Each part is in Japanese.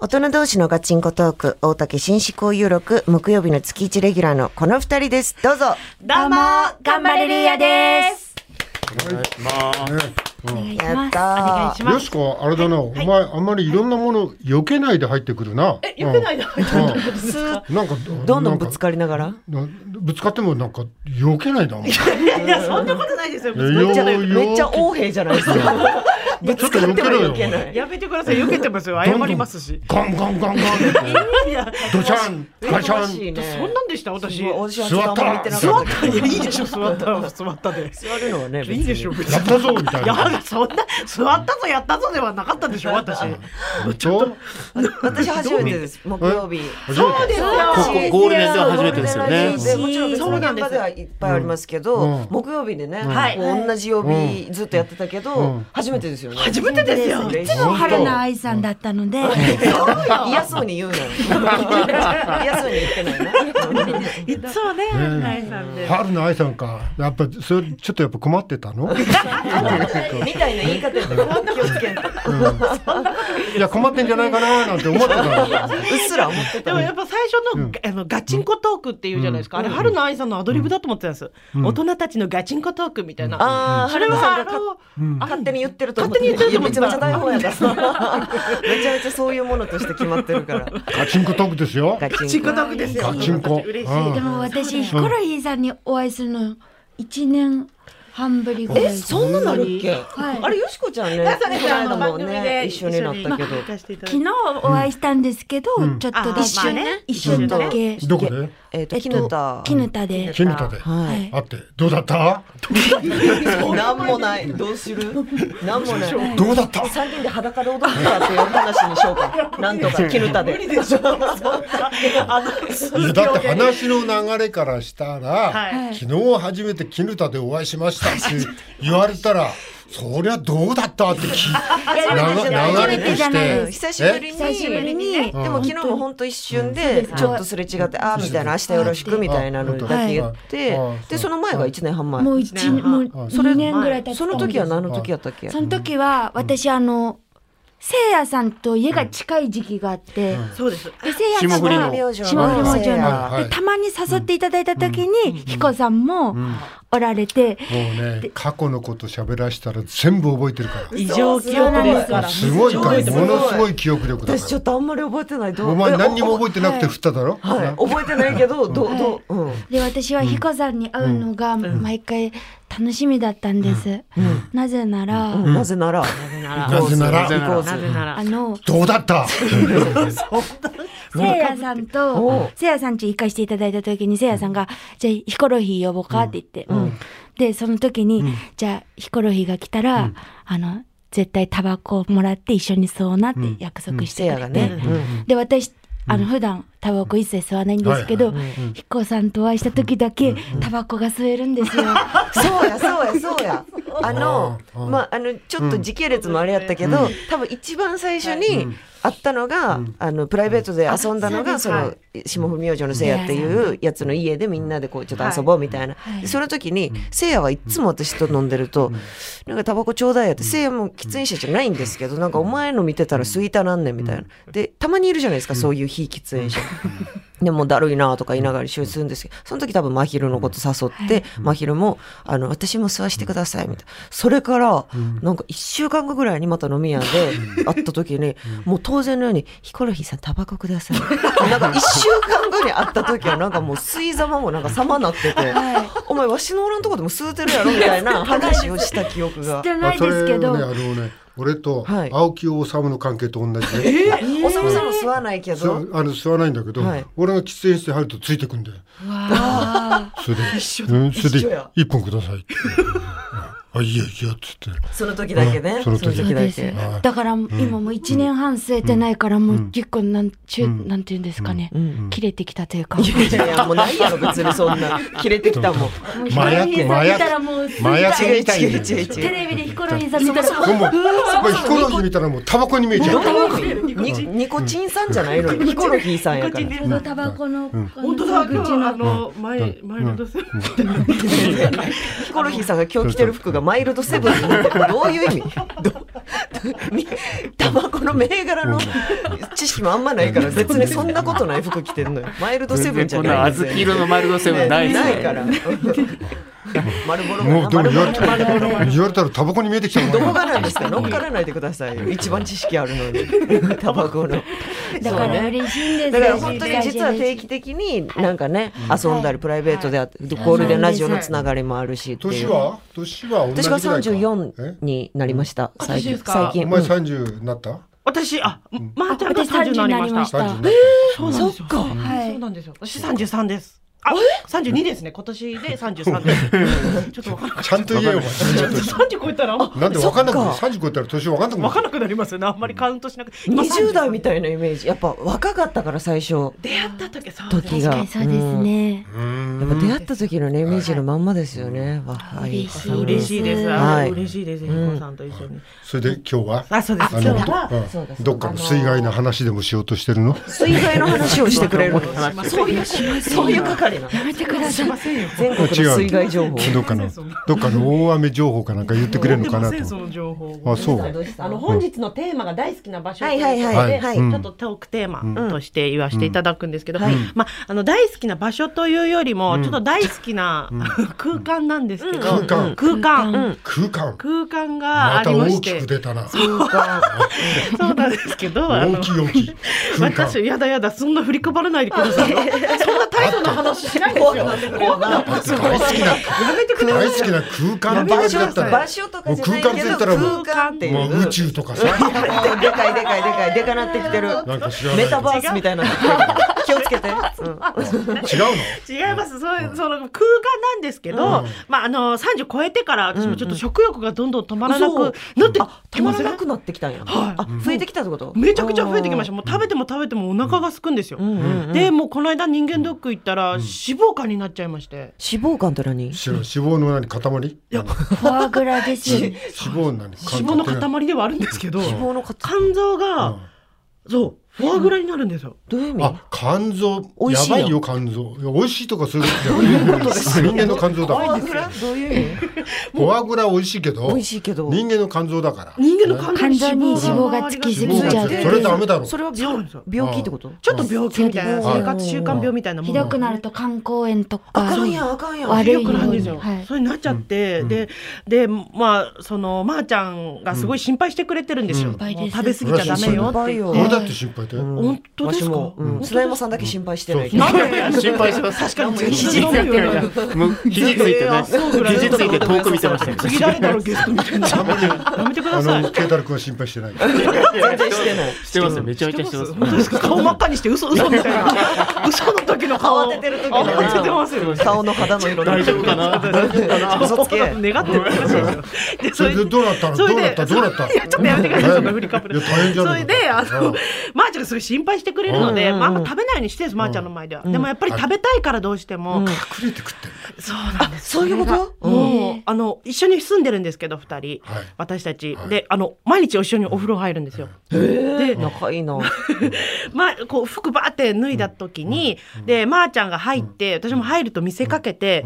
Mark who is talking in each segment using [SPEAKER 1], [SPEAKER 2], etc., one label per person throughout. [SPEAKER 1] 大人同士のガチンコトーク、大竹紳士交友録、木曜日の月一レギュラーのこの二人です。どうぞ。
[SPEAKER 2] どうも、頑張れリーヤです。
[SPEAKER 1] や
[SPEAKER 2] ま
[SPEAKER 1] っ
[SPEAKER 2] すお願
[SPEAKER 1] た
[SPEAKER 2] いし
[SPEAKER 1] ー。
[SPEAKER 2] ま
[SPEAKER 3] よ
[SPEAKER 2] す
[SPEAKER 3] し。こ、あれだな、お前、あんまりいろんなもの、避けないで入ってくるな。え、避けないで入ってくる
[SPEAKER 1] スーッ
[SPEAKER 3] なんか、
[SPEAKER 1] どんどんぶつかりながら。
[SPEAKER 3] なんかなぶつかっても、なんか、避けないだもん。
[SPEAKER 4] いや、そんなことないですよ。
[SPEAKER 3] ぶつかっちゃうよ
[SPEAKER 1] めっちゃ横兵じゃないですか。ぶつかっては
[SPEAKER 3] よ
[SPEAKER 1] いけない。
[SPEAKER 4] やめてください。避けてますよ。謝りますし。
[SPEAKER 3] ガンガンガンガンって。ドシャン、ガシ
[SPEAKER 1] おかし
[SPEAKER 3] ャ
[SPEAKER 1] い
[SPEAKER 3] ン。
[SPEAKER 1] ね
[SPEAKER 4] そんなんでした、私。座
[SPEAKER 1] 私はちょっとあんまり言ってなかったけど。
[SPEAKER 4] ったいいでしょ、座った、座ったで。
[SPEAKER 1] 座るのはね、別に
[SPEAKER 4] いいでしょ、別
[SPEAKER 3] やっ
[SPEAKER 4] に。
[SPEAKER 3] たぞみたい
[SPEAKER 4] いや
[SPEAKER 3] な。、
[SPEAKER 4] そんな、座ったぞ、やったぞではなかったでしょ、私。
[SPEAKER 3] ちょっと。
[SPEAKER 1] 私初めてです、木曜日。
[SPEAKER 4] そうですよ。
[SPEAKER 5] こゴールデンでは初めてですよね
[SPEAKER 1] でもちろん別
[SPEAKER 4] そう
[SPEAKER 1] に
[SPEAKER 4] なん
[SPEAKER 1] 現
[SPEAKER 4] で
[SPEAKER 1] 場
[SPEAKER 4] す
[SPEAKER 1] ではいっぱいありますけど、
[SPEAKER 3] うん
[SPEAKER 1] 木曜日でね、
[SPEAKER 2] はい
[SPEAKER 1] もう同じ曜日ずっとやってたけど、
[SPEAKER 3] うん
[SPEAKER 1] 初めてですよね。
[SPEAKER 4] 初めてですよ。
[SPEAKER 1] 嬉しい
[SPEAKER 2] いつも春菜愛さんだったので、
[SPEAKER 1] 嫌そうに言うなよ。 嫌そうに言ってないな。
[SPEAKER 4] いつもね、春菜さんで。
[SPEAKER 3] 春の愛さんか。やっぱ、それ、ちょっとやっぱ困ってたの
[SPEAKER 1] みたいな言い方やったから気をつけんと。
[SPEAKER 3] いや、困ってんじゃないかななんて思ってたの。
[SPEAKER 1] うっすら思って
[SPEAKER 4] で
[SPEAKER 1] た。
[SPEAKER 4] もやっぱ最初の,、あのガチンコトークっていうじゃないですか、あれ春菜愛さんのアドリブだと思ってたんです、大人たちのガチンコトークみたいな、
[SPEAKER 1] ああ、
[SPEAKER 4] あれ
[SPEAKER 1] 春菜さ
[SPEAKER 4] は
[SPEAKER 1] んが
[SPEAKER 4] あ
[SPEAKER 1] 勝
[SPEAKER 4] の
[SPEAKER 1] 勝手に言ってると思って
[SPEAKER 4] 勝手に言ってると
[SPEAKER 1] め
[SPEAKER 4] 思
[SPEAKER 1] ちゃ
[SPEAKER 4] った
[SPEAKER 1] めちゃ台本やから。めちゃめちゃそういうものとして決まってるから。
[SPEAKER 3] ガチンコトークですよ。
[SPEAKER 1] ガチンコ
[SPEAKER 4] ガチンコトークですよ
[SPEAKER 3] ガチンコ
[SPEAKER 4] 嬉し
[SPEAKER 3] う
[SPEAKER 4] い
[SPEAKER 3] ん
[SPEAKER 2] でも私、ヒコロヒーさんにお会いするの1年半ぶりぐらいです。
[SPEAKER 1] そんなのあるっけ、
[SPEAKER 2] はい
[SPEAKER 1] あれよしこちゃんね、こ
[SPEAKER 4] そうです
[SPEAKER 1] の間も
[SPEAKER 4] あの番組
[SPEAKER 1] ね、
[SPEAKER 4] で
[SPEAKER 1] 一緒になったけど。
[SPEAKER 4] 行かせていただい
[SPEAKER 2] 昨
[SPEAKER 4] て
[SPEAKER 2] 日お会いしたんですけど、ちょっとだけ、
[SPEAKER 4] あまあね
[SPEAKER 2] 一瞬だけ。
[SPEAKER 3] どこで
[SPEAKER 1] えっと、
[SPEAKER 2] えっ
[SPEAKER 1] き
[SPEAKER 2] と
[SPEAKER 1] ぬた。
[SPEAKER 2] キヌタで。
[SPEAKER 3] キヌタで。
[SPEAKER 1] は。
[SPEAKER 2] はいい
[SPEAKER 3] 会って、どうだった
[SPEAKER 1] なんもない。どうするなんもない。
[SPEAKER 3] どうだった
[SPEAKER 1] 三人で裸で踊ったっていう話にしようか。なんとか、絹田で。
[SPEAKER 4] あのす
[SPEAKER 3] いやだって話の流れからしたら、
[SPEAKER 4] はい
[SPEAKER 3] 昨日初めて絹田でお会いしましたって言われたら、そりゃどうだったって聞
[SPEAKER 1] いや
[SPEAKER 3] な
[SPEAKER 1] でもね
[SPEAKER 3] 流れと
[SPEAKER 2] 初めてじゃ
[SPEAKER 3] し
[SPEAKER 2] ない
[SPEAKER 1] うん
[SPEAKER 3] て。
[SPEAKER 1] 久しぶりに。
[SPEAKER 2] 久しぶりに
[SPEAKER 1] でも昨日も本当一瞬でちょっとすれ違ってああみたいな明日よろしくみたいなのだけ言って
[SPEAKER 3] はい
[SPEAKER 1] でその前が1年半前
[SPEAKER 2] もう一
[SPEAKER 4] 一年
[SPEAKER 2] もう
[SPEAKER 3] はい
[SPEAKER 2] 2年ぐらい経って
[SPEAKER 1] その時は何の時やったっけ
[SPEAKER 2] その時は私あのせいやさんと家が近い時期があって、
[SPEAKER 4] そうです
[SPEAKER 2] でせいやさんが
[SPEAKER 5] 霜降りの
[SPEAKER 1] 明星の
[SPEAKER 2] 霜降り明星の
[SPEAKER 3] はいはい
[SPEAKER 2] でたまに誘っていただいた時に、彦さんもおられて、
[SPEAKER 3] もう ね、過去のこと喋らしたら全部覚えてるか
[SPEAKER 4] 異常記憶ですから
[SPEAKER 3] ら。すごいから、ものすごい記憶力だ
[SPEAKER 1] 私ちょ
[SPEAKER 3] か
[SPEAKER 1] っとあんまり覚えてない
[SPEAKER 3] ら。
[SPEAKER 1] ど
[SPEAKER 3] お前何にも覚えてなくて
[SPEAKER 2] はい
[SPEAKER 3] 振っただろ、
[SPEAKER 1] はい覚えてないけどどうどううん
[SPEAKER 2] で私は彦さんに会うのが毎回楽しみだったんです、なぜなら、
[SPEAKER 1] うんなぜなら
[SPEAKER 3] なぜなら
[SPEAKER 1] なぜなら
[SPEAKER 4] なぜなら
[SPEAKER 2] あの
[SPEAKER 3] どうだ った
[SPEAKER 2] せいやさん
[SPEAKER 1] おう
[SPEAKER 2] と、せいやさんち行かしていただいた時に、せいやさんが、じゃあヒコロヒー呼ぼうかって言って、で、その時に、じゃあヒコロヒーが来たら、あの、絶対タバコをもらって一緒に吸おうなって約束し
[SPEAKER 1] せ
[SPEAKER 2] て
[SPEAKER 1] や
[SPEAKER 2] く
[SPEAKER 1] が
[SPEAKER 2] れ
[SPEAKER 1] ね
[SPEAKER 2] て、
[SPEAKER 1] うん
[SPEAKER 2] で、私、あの、普段タバコ一切吸わないんですけど、ヒコさんとお会いした時だけ、タバコが吸えるんですよ。
[SPEAKER 1] そうやそうやそう や。あの
[SPEAKER 3] あー
[SPEAKER 1] まああのちょっと時系列もあれやったけど、多分一番最初に会ったのが、あのプライベートで遊んだのがその下文明星のせいやっていうやつの家でみんなでこうちょっと遊ぼうみたいな。
[SPEAKER 2] はい
[SPEAKER 1] でその時にせいやはいつも私と飲んでると、なんかタバコちょうだいやってせいやも喫煙者じゃないんですけどなんかお前の見てたら吸いたなんねんみたいな。でたまにいるじゃないですかそういう非喫煙者。でもだるいなとか言いながら一緒にするんですけど、その時多分真昼のこと誘って、真昼も、あの、私も吸わしてください、みたいな。それから、なんか一週間後ぐらいにまた飲み屋で会った時に、もう当然のように、ヒコロヒーさんタバコください。なんか一週間後に会った時はなんかもう吸いざまもなんか様なってて、
[SPEAKER 2] はい
[SPEAKER 1] お前わしのおらんとこでも吸うてるやろみたいな話をした記憶
[SPEAKER 2] 吸っ
[SPEAKER 1] が。
[SPEAKER 2] てない
[SPEAKER 3] そ
[SPEAKER 2] で
[SPEAKER 3] れ
[SPEAKER 2] すけど、
[SPEAKER 3] ね、あのね、俺と
[SPEAKER 1] はい
[SPEAKER 3] 青木治の関係と同じで、
[SPEAKER 1] おさむさんも吸わないけ
[SPEAKER 3] そ
[SPEAKER 1] ど、
[SPEAKER 3] うあの吸わないんだけど、
[SPEAKER 1] はい
[SPEAKER 3] 俺が喫煙して入るとついてくんだよ。
[SPEAKER 2] わ
[SPEAKER 3] それで、うん、それ
[SPEAKER 1] 一緒
[SPEAKER 3] で
[SPEAKER 1] や、
[SPEAKER 3] 一本くださいって。あ、いいよ、いいよ、つって。
[SPEAKER 1] その時だけね。
[SPEAKER 3] その時
[SPEAKER 2] ーそうです
[SPEAKER 1] け。
[SPEAKER 3] はい
[SPEAKER 2] だから今もう1年半吸えてないからもう結構なんちゅうなんていうんですかね切れてきたというか
[SPEAKER 1] いやいやいや、もうないやろ、別にそんな。切れてきたもん。
[SPEAKER 2] もう
[SPEAKER 3] 麻薬
[SPEAKER 2] ヒコロヒーさん見たらもう吸いたい
[SPEAKER 3] 麻薬
[SPEAKER 1] 違う
[SPEAKER 3] みたい
[SPEAKER 1] 違う
[SPEAKER 3] に
[SPEAKER 1] 違う違う
[SPEAKER 2] テレビでヒコロヒーさん見たら
[SPEAKER 3] これもう、これヒコロヒー見たらもうタバコに見えちゃう。
[SPEAKER 1] ニコニコチンさんじゃないのよヒコロヒーさんやから。
[SPEAKER 2] ちょうどタバコの
[SPEAKER 4] 本当だ今
[SPEAKER 2] 口
[SPEAKER 4] 日あ
[SPEAKER 2] の
[SPEAKER 4] の前前の女性
[SPEAKER 1] ヒコロヒーさんが今日着てる服がマイルドセブンに似てるどういう意味ど みタバコの銘柄の知識もあんまないから別にそんなことない服着てんのよマイルドセブンじゃ
[SPEAKER 5] こんな
[SPEAKER 1] ない
[SPEAKER 5] 小豆色のマルドセブンない
[SPEAKER 1] ね
[SPEAKER 5] ですね
[SPEAKER 1] ないから。丸ボロ
[SPEAKER 3] もうでも言われ
[SPEAKER 1] 丸ボロ丸ボロ
[SPEAKER 3] た言われたらタバコに見えてきた
[SPEAKER 1] ど
[SPEAKER 3] も
[SPEAKER 1] こ
[SPEAKER 3] ん
[SPEAKER 1] が
[SPEAKER 3] ね
[SPEAKER 1] なんですか乗っからないでくださいよ一番知識あるのに タバコの
[SPEAKER 2] だから
[SPEAKER 1] そうね
[SPEAKER 2] 嬉しいんです
[SPEAKER 1] だ
[SPEAKER 2] よ
[SPEAKER 1] から本当に実は定期的になんかね遊んだりプライベートであってゴールデンラジオのつながりもあるしっていう
[SPEAKER 3] 年は年は同
[SPEAKER 1] 私
[SPEAKER 3] じぐら
[SPEAKER 1] が
[SPEAKER 3] いか
[SPEAKER 1] 34
[SPEAKER 3] え
[SPEAKER 1] になりました
[SPEAKER 4] うん
[SPEAKER 1] 最
[SPEAKER 4] 私で
[SPEAKER 1] 近
[SPEAKER 4] すか
[SPEAKER 1] 最
[SPEAKER 3] お
[SPEAKER 1] 近
[SPEAKER 3] 前30になった
[SPEAKER 4] 私あまあちゃんと
[SPEAKER 2] 私
[SPEAKER 4] 30
[SPEAKER 2] 30
[SPEAKER 4] に
[SPEAKER 2] に
[SPEAKER 4] な
[SPEAKER 2] な
[SPEAKER 4] り
[SPEAKER 2] り
[SPEAKER 4] ま
[SPEAKER 2] ま
[SPEAKER 4] し
[SPEAKER 2] したた
[SPEAKER 3] 30ね
[SPEAKER 4] そうなんですよ
[SPEAKER 2] はい
[SPEAKER 4] そうなんですよ私33ですあ32ですね今年で33です ちょっとわからなく
[SPEAKER 3] ちゃんと言えよお前
[SPEAKER 4] 30超えたらあ
[SPEAKER 3] なんで分かんなくなる
[SPEAKER 1] そっ
[SPEAKER 3] 30超えたら年分かんなく
[SPEAKER 4] わ
[SPEAKER 3] な
[SPEAKER 4] か
[SPEAKER 3] る
[SPEAKER 4] らなくなりますよねあんまりカウントしなくて
[SPEAKER 1] 20代み
[SPEAKER 4] い
[SPEAKER 1] たいなイメージやっぱ若かったから最初
[SPEAKER 4] 出会った時そうです
[SPEAKER 1] 時
[SPEAKER 2] 確
[SPEAKER 1] が
[SPEAKER 2] かにそうですね、
[SPEAKER 3] うーん
[SPEAKER 1] やっぱ出会った時のねイメージのまんまですよね若い
[SPEAKER 2] 嬉しい
[SPEAKER 4] 嬉しいです、
[SPEAKER 1] はい
[SPEAKER 4] 嬉しいですひこさんと一緒に、
[SPEAKER 3] それで今日は
[SPEAKER 4] あそうです
[SPEAKER 3] あ
[SPEAKER 4] 今
[SPEAKER 3] の
[SPEAKER 4] 日は
[SPEAKER 1] そうで
[SPEAKER 3] ど
[SPEAKER 1] す
[SPEAKER 3] どっかの水害の話でもしようとしてるの
[SPEAKER 1] 水害の話をしてくれるそういうそういう係なの
[SPEAKER 2] やめてください
[SPEAKER 1] 全国の水害情報
[SPEAKER 3] どっ かのどっかの大雨情報かなんか言ってくれるのか
[SPEAKER 4] 持
[SPEAKER 3] な
[SPEAKER 4] ってませんそ
[SPEAKER 3] と
[SPEAKER 4] の情報を
[SPEAKER 3] あそう
[SPEAKER 4] あの本日のテーマが大好きな場所と
[SPEAKER 1] はいいうはいはい
[SPEAKER 3] はい
[SPEAKER 1] はい、
[SPEAKER 3] うん
[SPEAKER 4] ちょっとトークテーマとして言わせていただくんですけど、
[SPEAKER 1] うんはい
[SPEAKER 4] まあ、あの大好きな場所というよりも、ちょっと大好きな、空間なんですけど、
[SPEAKER 3] 空間
[SPEAKER 4] 空間、
[SPEAKER 1] うん
[SPEAKER 3] 空間
[SPEAKER 4] 空間が
[SPEAKER 3] ま
[SPEAKER 4] あ
[SPEAKER 3] た
[SPEAKER 4] りまし
[SPEAKER 3] 大きく
[SPEAKER 4] て、
[SPEAKER 3] 出たな
[SPEAKER 1] 空間
[SPEAKER 4] そうなんですけど、あ
[SPEAKER 3] 大
[SPEAKER 4] の
[SPEAKER 3] きい大きい空間
[SPEAKER 4] 私やだやだそんな振り配らないでくださいよ。そんな大層な話しないですよ。
[SPEAKER 1] 大
[SPEAKER 3] 大好きな
[SPEAKER 4] やめてくださ
[SPEAKER 3] 大
[SPEAKER 4] い。
[SPEAKER 3] 好きな空間ば
[SPEAKER 1] 場
[SPEAKER 3] っか
[SPEAKER 1] 所
[SPEAKER 3] だった
[SPEAKER 1] 場
[SPEAKER 3] ら
[SPEAKER 1] 所とかじゃないけど空間っていう
[SPEAKER 3] もう宇宙とかさ
[SPEAKER 1] でかいでかいでかいでかなってきてる
[SPEAKER 3] なんか知らな
[SPEAKER 1] メ
[SPEAKER 3] いけど
[SPEAKER 1] タバースみたい なの気をつけて、うん
[SPEAKER 3] 違うの
[SPEAKER 4] 違います、そういうその空間なんですけど、
[SPEAKER 3] うん
[SPEAKER 4] まああの30超えてから私もちょっと食欲がどんどん止まらなく
[SPEAKER 1] うんう
[SPEAKER 4] なんって
[SPEAKER 1] あ
[SPEAKER 4] き
[SPEAKER 1] 止まら
[SPEAKER 4] ません
[SPEAKER 1] なくなってきたんや、
[SPEAKER 4] はい
[SPEAKER 1] あ増えてきたってこと
[SPEAKER 4] めちゃくちゃ増えてきましたもう食べても食べてもお腹が空くんですよ、
[SPEAKER 1] うんうんうん
[SPEAKER 4] でもうこの間人間ドック行ったら脂肪肝になっちゃいまして、
[SPEAKER 1] 脂肪肝って何
[SPEAKER 3] し脂肪の何塊あの
[SPEAKER 2] フォアグラですよね
[SPEAKER 3] 脂肪の何
[SPEAKER 4] 脂肪の塊ではあるんですけど
[SPEAKER 1] 脂肪のか
[SPEAKER 4] 肝臓が、
[SPEAKER 3] うん
[SPEAKER 4] そうフォアグラになるんですよ、
[SPEAKER 1] どういう意味
[SPEAKER 3] あ肝臓
[SPEAKER 1] 美味
[SPEAKER 3] や
[SPEAKER 1] しいよ
[SPEAKER 3] ばいよ肝臓いや美味しいとかそういうことじゃない人間の肝臓
[SPEAKER 1] フ
[SPEAKER 3] だ
[SPEAKER 1] ォアグラどういう意味
[SPEAKER 3] フォアグラ美味しいけど
[SPEAKER 1] 美味しいけど
[SPEAKER 3] 人間の肝臓だから
[SPEAKER 4] 人間の肝臓
[SPEAKER 2] 肝臓に脂肪がつきすぎちゃう
[SPEAKER 3] それダメだろ
[SPEAKER 1] それは
[SPEAKER 4] そうなんですよ
[SPEAKER 1] 病気ってこと
[SPEAKER 4] ちょっと病気みたいな
[SPEAKER 1] はい
[SPEAKER 4] 生活習慣病みたいなも
[SPEAKER 2] ひ
[SPEAKER 4] のが
[SPEAKER 2] どくなると肝硬炎と
[SPEAKER 1] あ
[SPEAKER 2] か
[SPEAKER 1] かんやんあかんやん
[SPEAKER 2] 悪い
[SPEAKER 4] ひどくなるんですよ、
[SPEAKER 2] はい
[SPEAKER 4] それになっちゃって、ででまあそのまー、ちゃんがすごい心配してくれてるんですよ、
[SPEAKER 2] ん
[SPEAKER 4] もう食べ過ぎちゃダメよ
[SPEAKER 1] 心
[SPEAKER 4] っ
[SPEAKER 1] 配
[SPEAKER 4] て
[SPEAKER 1] よ
[SPEAKER 4] 言って
[SPEAKER 3] 俺だって心配だよ
[SPEAKER 4] 本当ですか
[SPEAKER 1] わしもうん
[SPEAKER 4] 本当です
[SPEAKER 1] 砂山さんだけ心配してないけど
[SPEAKER 4] なんで
[SPEAKER 5] 心配しま
[SPEAKER 4] 確
[SPEAKER 5] す
[SPEAKER 4] かに全
[SPEAKER 5] 肘つ
[SPEAKER 4] 然
[SPEAKER 5] い
[SPEAKER 4] 飲
[SPEAKER 5] て
[SPEAKER 4] むよ
[SPEAKER 5] るからもう肘ついて
[SPEAKER 4] えーあ
[SPEAKER 5] ね
[SPEAKER 4] そうぐらい
[SPEAKER 5] 肘ついて遠く見てましたよ
[SPEAKER 4] 次誰だろうゲストみたいなやめてく
[SPEAKER 3] あ
[SPEAKER 4] ださい
[SPEAKER 3] の慶太郎君は心配してない
[SPEAKER 1] 全然してない
[SPEAKER 5] してますよめちゃめちゃしてます
[SPEAKER 4] 本当ですか顔真っ赤にして嘘嘘みたいな嘘の時の顔
[SPEAKER 1] 慌ててる時の
[SPEAKER 4] の慌ててますよ
[SPEAKER 1] 顔の肌の色
[SPEAKER 5] 大丈夫かな大丈夫かな
[SPEAKER 1] 嘘つけ
[SPEAKER 4] 願ってる話ですよで
[SPEAKER 3] それでどうなった の
[SPEAKER 4] そ
[SPEAKER 3] ど
[SPEAKER 4] れ
[SPEAKER 3] うなっ
[SPEAKER 4] で
[SPEAKER 3] たどうなった
[SPEAKER 4] いやちょっとやめてくださいそんな振りかぶる
[SPEAKER 3] いや大変じゃ
[SPEAKER 4] そ
[SPEAKER 3] な
[SPEAKER 4] れ
[SPEAKER 3] い
[SPEAKER 4] であ
[SPEAKER 3] う
[SPEAKER 4] の
[SPEAKER 3] ん
[SPEAKER 4] まーちゃんがそれ心配してくれるので
[SPEAKER 1] うん
[SPEAKER 4] まああんま食べないようにしてるんですまーちゃんの前ではでもやっぱり食べたいからどうしても
[SPEAKER 3] 隠れて食ってん
[SPEAKER 4] そうなんです
[SPEAKER 1] そういうこと
[SPEAKER 4] それがもうあの一緒に住んでるんですけど二人
[SPEAKER 3] はい
[SPEAKER 4] 私たち
[SPEAKER 3] はい
[SPEAKER 4] であの毎日一緒にお風呂入るんですよで
[SPEAKER 1] 仲いいな
[SPEAKER 4] まあ、こう服ばーって脱いだ時に、でまー、ちゃんが入って、私も入ると見せかけて、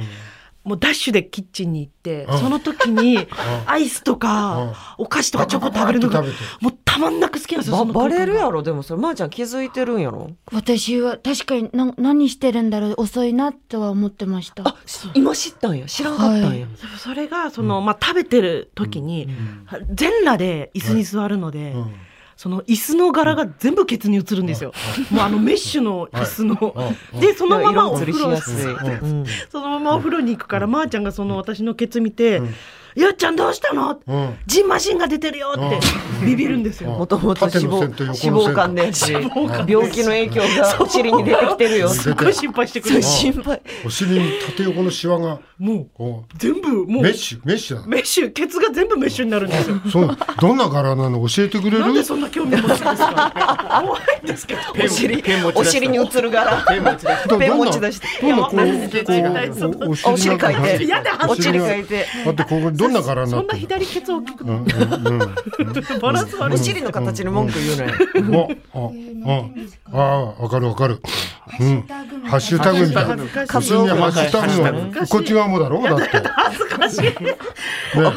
[SPEAKER 4] もうダッシュでキッチンに行って、
[SPEAKER 3] うん
[SPEAKER 4] その時にアイスとか、お菓子とかチョコ食べるのが、
[SPEAKER 3] バーッと食
[SPEAKER 4] もうたまんなく好きなんですよ
[SPEAKER 1] ば
[SPEAKER 4] その空
[SPEAKER 1] バ
[SPEAKER 4] 間が
[SPEAKER 1] レるやろでもそれまーちゃん気づいてるんやろ
[SPEAKER 2] 私は確かにな何してるんだろう遅いなとは思ってました
[SPEAKER 1] あ今知ったんや知らんかったんや
[SPEAKER 4] そうそれがその、まあ、食べてる時に、全裸で椅子に座るので、
[SPEAKER 3] べてうん
[SPEAKER 4] その椅子の柄が全部ケツに映るんですよ、もうあのメッシュの椅子の、
[SPEAKER 3] はいうん
[SPEAKER 4] でそのままお
[SPEAKER 1] 色移り
[SPEAKER 4] 風
[SPEAKER 1] し
[SPEAKER 4] 呂
[SPEAKER 1] やすいうん
[SPEAKER 4] そのままお風呂に行くから、まー、ちゃんがその私のケツ見て、よっちゃんどうしたの、
[SPEAKER 3] うん
[SPEAKER 4] ジンマシンが出てるよってビビるんです
[SPEAKER 3] うん
[SPEAKER 4] よ。
[SPEAKER 1] もともと脂肪
[SPEAKER 3] 縦の線と横の線
[SPEAKER 1] 脂肪肝だし
[SPEAKER 4] 脂肪肝
[SPEAKER 1] 病気の影響がお尻に出てきてるよ
[SPEAKER 4] すっごい心配してくれる。
[SPEAKER 1] 心配
[SPEAKER 3] お尻に縦横のシワが
[SPEAKER 4] も
[SPEAKER 3] こ
[SPEAKER 4] う全部
[SPEAKER 3] う
[SPEAKER 4] もう
[SPEAKER 3] メッシュメッシュなの
[SPEAKER 4] メッシュケツが全部メッシュになるんですよ。
[SPEAKER 3] そうどんな柄なの教えてくれる
[SPEAKER 4] なんでそんな興味持つんですか。怖いんですけど。
[SPEAKER 1] お尻
[SPEAKER 5] ペン持ち出した
[SPEAKER 1] お尻に映る柄
[SPEAKER 5] 手持ち出して
[SPEAKER 3] ど
[SPEAKER 1] ペン
[SPEAKER 3] どんな
[SPEAKER 1] 持ち出して
[SPEAKER 3] どんなこ
[SPEAKER 4] いやわかん
[SPEAKER 3] う
[SPEAKER 4] ない絶対
[SPEAKER 3] こうお
[SPEAKER 1] あお尻
[SPEAKER 3] 中
[SPEAKER 1] 書いて
[SPEAKER 4] やだ
[SPEAKER 1] お尻書いて
[SPEAKER 3] だってここどんな柄にな
[SPEAKER 4] そ
[SPEAKER 3] っ
[SPEAKER 4] んな
[SPEAKER 3] てる
[SPEAKER 4] 左ケツを大きく
[SPEAKER 3] う
[SPEAKER 4] なっ
[SPEAKER 3] んうんう ん
[SPEAKER 4] てバランス悪
[SPEAKER 1] お
[SPEAKER 4] い。
[SPEAKER 1] 尻の形に文句言うなよ
[SPEAKER 3] おああああわかるわかる。うん。ハッシュタグみたいな。
[SPEAKER 4] 恥ずか
[SPEAKER 3] 普
[SPEAKER 4] し
[SPEAKER 3] 通
[SPEAKER 4] い
[SPEAKER 3] にハッシュタグ
[SPEAKER 4] 恥ずか
[SPEAKER 3] の
[SPEAKER 4] しい
[SPEAKER 3] こっち側もだろだって。
[SPEAKER 4] 恥ずかしい
[SPEAKER 3] ね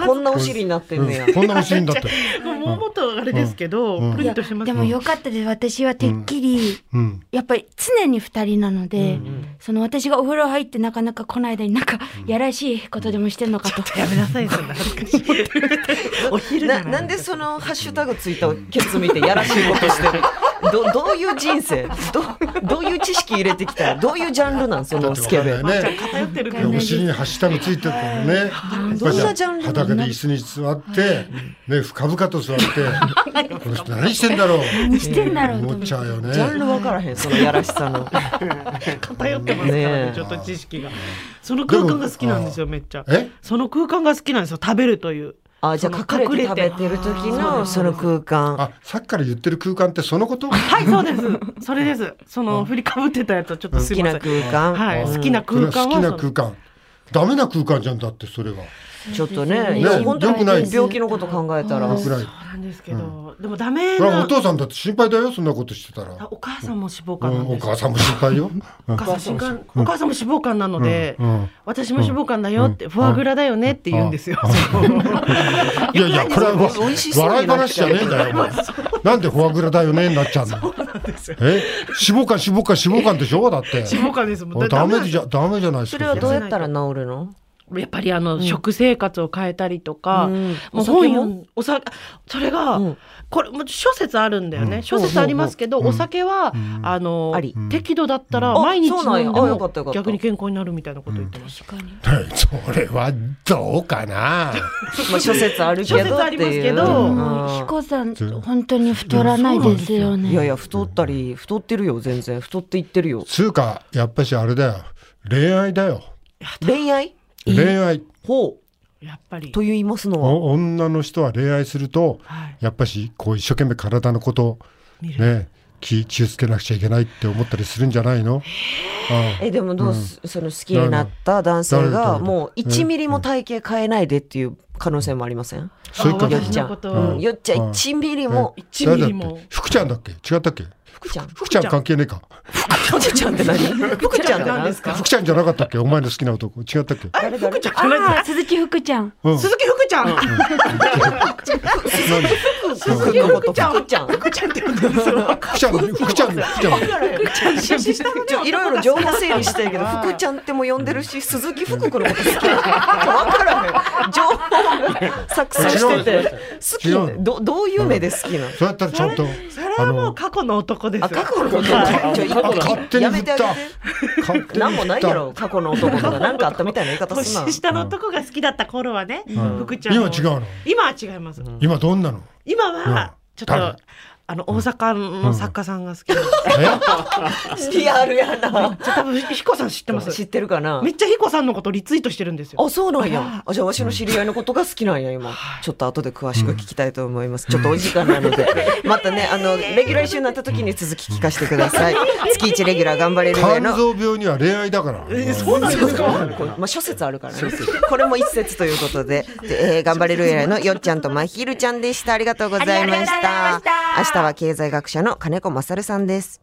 [SPEAKER 1] こんなお尻になってんねや
[SPEAKER 3] うんこんな欲しいんだって。
[SPEAKER 4] もうもっとあれですけど、
[SPEAKER 3] うん
[SPEAKER 4] プ
[SPEAKER 2] い
[SPEAKER 4] リ
[SPEAKER 2] や
[SPEAKER 4] ンとしてます
[SPEAKER 2] でもよかったです私はてっきり、
[SPEAKER 3] うん。
[SPEAKER 2] やっぱり常に二人なので、その私がお風呂入ってなかなか来ない間になんかやらしいことでもしてんのかと、
[SPEAKER 4] やめなさいそんな恥ずかしいお昼
[SPEAKER 1] な
[SPEAKER 4] な
[SPEAKER 1] なんでそのハッシュタグついたケツ見てやらしいことしてるどどういう人生どどういう知識入れてきたらどういうジャンルなんそのスケベ
[SPEAKER 3] だってわかんないね。
[SPEAKER 4] 偏ってるけ
[SPEAKER 2] わ
[SPEAKER 4] ど
[SPEAKER 2] かん
[SPEAKER 3] お
[SPEAKER 2] ない
[SPEAKER 3] 尻にハッシュタグついてるからね。
[SPEAKER 1] どんなジャンル
[SPEAKER 3] 裸で椅子に座って、ね、深々と座って、この人何してんだろう。
[SPEAKER 2] 何してんだろうと
[SPEAKER 3] 思
[SPEAKER 2] 思っ
[SPEAKER 3] ってちゃうよね
[SPEAKER 1] ジ。ャンル分からへんそのやらしさの
[SPEAKER 4] 偏ってますからね
[SPEAKER 1] ねえ
[SPEAKER 4] ちょっと知識がその空間が好きなんですよめっちゃ
[SPEAKER 3] え
[SPEAKER 4] その空間が好きなんですよ食べるという
[SPEAKER 1] あじゃあ隠れて食べてる時のその空間
[SPEAKER 3] あ、さっきから言ってる空間ってそのこと
[SPEAKER 4] はいそうですそれですその振りかぶってたやつはちょっと
[SPEAKER 1] 好
[SPEAKER 4] すい
[SPEAKER 1] き
[SPEAKER 4] ま
[SPEAKER 1] な
[SPEAKER 4] せん
[SPEAKER 1] 空間、
[SPEAKER 4] はい
[SPEAKER 1] うん
[SPEAKER 4] 好きな
[SPEAKER 3] そ
[SPEAKER 4] 空
[SPEAKER 3] れは好
[SPEAKER 4] 間は
[SPEAKER 3] き
[SPEAKER 4] そ
[SPEAKER 3] な
[SPEAKER 4] の
[SPEAKER 3] 空間。ダメな空間じゃんだって、それは。
[SPEAKER 1] ちょっとね
[SPEAKER 3] ね
[SPEAKER 1] いや本当
[SPEAKER 3] 良くない
[SPEAKER 1] に病気のこと考えたら
[SPEAKER 3] 良くな
[SPEAKER 4] そう
[SPEAKER 3] い。
[SPEAKER 4] なんですけどでもダメ
[SPEAKER 3] それはお
[SPEAKER 4] な
[SPEAKER 3] 父さんだって心配だよ、そんなことしてたら。
[SPEAKER 4] あお母さんも脂肪
[SPEAKER 3] う、
[SPEAKER 4] 肝なんん
[SPEAKER 3] お
[SPEAKER 4] です
[SPEAKER 3] 母さんも心配よ。うん
[SPEAKER 4] お母さんがお母さんも脂肪肝なので、
[SPEAKER 3] うんうん
[SPEAKER 4] 私も脂肪肝だよって、
[SPEAKER 3] うん
[SPEAKER 4] フォアグラだよねって言うんですよ。
[SPEAKER 3] いやいや、これはわ
[SPEAKER 1] 美味しそう
[SPEAKER 3] 笑い
[SPEAKER 1] になってき
[SPEAKER 3] 話じ
[SPEAKER 1] た
[SPEAKER 3] ゃねえんだよ、お前なんでフォアグラだよねになっちゃうの。え脂肪肝、脂肪肝、脂肪肝でしょだ って。
[SPEAKER 4] 脂肪肝ですもん。
[SPEAKER 3] おダメ
[SPEAKER 4] なん
[SPEAKER 3] じゃ、ダメじゃないです
[SPEAKER 1] そ
[SPEAKER 3] か。
[SPEAKER 1] れはどうやったら治るの
[SPEAKER 4] やっぱりあの、食生活を変えたりとか、
[SPEAKER 1] うん
[SPEAKER 4] もう
[SPEAKER 1] お酒も
[SPEAKER 4] 本読んお酒それが、
[SPEAKER 1] うん
[SPEAKER 4] これもう諸説あるんだよね。諸説ありますけど、お酒は、あの
[SPEAKER 1] あり
[SPEAKER 4] 適度だったら
[SPEAKER 1] うん
[SPEAKER 4] 毎日
[SPEAKER 1] あそうなんや
[SPEAKER 4] 飲んで
[SPEAKER 1] あよかったよか
[SPEAKER 4] も
[SPEAKER 1] った
[SPEAKER 4] 逆に健康になるみたいなこと言ってます。
[SPEAKER 2] 確かに
[SPEAKER 3] はいそれはどうかな。
[SPEAKER 1] まあ諸説あるけどっていう
[SPEAKER 4] 諸説ありますけど
[SPEAKER 1] うん
[SPEAKER 2] もう彦さん本当に太らないですよね
[SPEAKER 1] いやいや太ったり太ってるよ全然太っていってるよ
[SPEAKER 3] つうか、やっぱしあれだよ。恋愛だよ。
[SPEAKER 1] 恋愛
[SPEAKER 3] 恋愛。
[SPEAKER 1] ほう
[SPEAKER 4] やっぱり
[SPEAKER 1] と。言いますのは
[SPEAKER 3] お女の人は恋愛すると、
[SPEAKER 4] はい
[SPEAKER 3] やっぱし、こう一生懸命体のこと、
[SPEAKER 4] 見る
[SPEAKER 3] ね、気、気をつけなくちゃいけないって思ったりするんじゃないのあ
[SPEAKER 1] えでもどうす、その好きになった男性
[SPEAKER 3] 誰誰
[SPEAKER 1] が
[SPEAKER 3] 誰
[SPEAKER 1] もう1ミリも体型変えないでっていう可能性もありません、
[SPEAKER 3] あそういうこ
[SPEAKER 1] よっ
[SPEAKER 3] と
[SPEAKER 4] 私
[SPEAKER 1] ちゃ
[SPEAKER 4] の
[SPEAKER 1] ん、
[SPEAKER 4] こと
[SPEAKER 1] う
[SPEAKER 4] を
[SPEAKER 1] ん、よっちゃん
[SPEAKER 3] うん
[SPEAKER 1] 1ミリも
[SPEAKER 3] え
[SPEAKER 4] 1ミリも
[SPEAKER 3] 誰だっけ福ちゃんだっけ違ったっけ
[SPEAKER 1] 福ちゃん
[SPEAKER 3] 福ちゃん関係ねえか。
[SPEAKER 1] 福ちゃんって何福ちゃんって何ですか
[SPEAKER 3] 福ちゃんじゃなかったっけお前の好きな男。違ったっけ
[SPEAKER 1] 誰誰
[SPEAKER 4] じゃあごめんなさい
[SPEAKER 2] ああ鈴木福ちゃん
[SPEAKER 3] うん。
[SPEAKER 4] 鈴木福ちゃん、
[SPEAKER 3] なんで
[SPEAKER 1] 鈴木のこと福ちゃん
[SPEAKER 4] 福ちゃんって呼 んでるんですよ。
[SPEAKER 3] 福ちゃん、福ちゃん、福ちゃん。
[SPEAKER 1] ちょいろいろ情報整理したいけど福ちゃんっても呼んでるし鈴木福子のこと好きなのか分からへん情報が錯綜して
[SPEAKER 3] 違う
[SPEAKER 1] て好き
[SPEAKER 3] 違う
[SPEAKER 1] どどういう目で好きなの
[SPEAKER 3] そうやったらちゃんと。
[SPEAKER 4] それはもう過去の男ですよ。
[SPEAKER 1] あ過去のことちょい
[SPEAKER 3] あ勝手に
[SPEAKER 1] や
[SPEAKER 3] 振
[SPEAKER 1] め
[SPEAKER 3] って
[SPEAKER 1] あげ
[SPEAKER 3] た
[SPEAKER 1] て。
[SPEAKER 3] 勝手に
[SPEAKER 1] なんもないやろ
[SPEAKER 3] 振っ
[SPEAKER 1] 過去の男とかなんかあったみたいな言い方すな
[SPEAKER 4] 年下の男が好きだった頃はね、福ちゃん
[SPEAKER 3] 今
[SPEAKER 4] の
[SPEAKER 3] は違うの。
[SPEAKER 4] 今は違います。
[SPEAKER 3] 今どんなの。
[SPEAKER 4] 今はちょっと、
[SPEAKER 3] 誰
[SPEAKER 4] あの大阪の作家さんが好きなんです。
[SPEAKER 3] え
[SPEAKER 1] リアルやな
[SPEAKER 4] じゃあ多分ひこさん知ってます。
[SPEAKER 1] 知ってるかな
[SPEAKER 4] めっちゃひこさんのことリツイートしてるんですよ。
[SPEAKER 1] あそうなんやあじゃあわしの知り合いのことが好きなんや今ちょっと後で詳しく聞きたいと思いますちょっとお時間なの でまたねあのレギュラー一緒になった時に続き聞かせてくだ さい月一レギュラー頑張れる上
[SPEAKER 3] 肝
[SPEAKER 1] の
[SPEAKER 3] 臓病には恋愛だから。
[SPEAKER 4] えそうなんですか。
[SPEAKER 1] こう まあ諸説あるからねこれも一説ということ でで、えー頑張れるやのよっちゃんとまひるちゃんでしたありがとうございま
[SPEAKER 2] ありがとうございま
[SPEAKER 1] し
[SPEAKER 2] した
[SPEAKER 1] 明日は経済学者の金子勝さんです